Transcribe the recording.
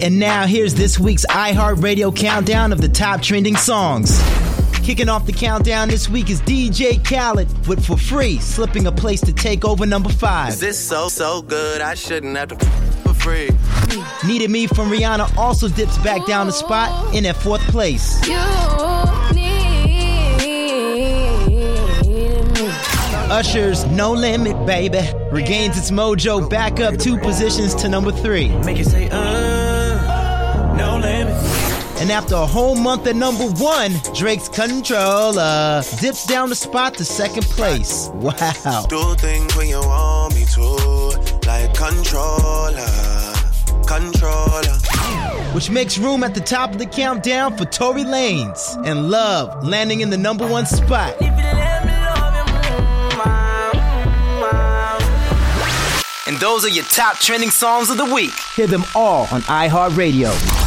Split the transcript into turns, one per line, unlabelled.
And now here's this week's iHeartRadio countdown of the top trending songs. Kicking off the countdown this week is DJ Khaled with For Free, slipping a place to take over number five.
This so so good, I shouldn't have to f- for free.
Needed Me from Rihanna also dips back down the spot in at fourth place. Usher's No Limit, baby, regains its mojo back up two positions to number three.
Make it say, uh, no limit.
And after a whole month at number one, Drake's Controller dips down the spot to second place. Wow.
Do things when you want me to, like controller, controller.
Which makes room at the top of the countdown for Tory Lanez and Love landing in the number one spot. And those are your top trending songs of the week. Hear them all on iHeartRadio.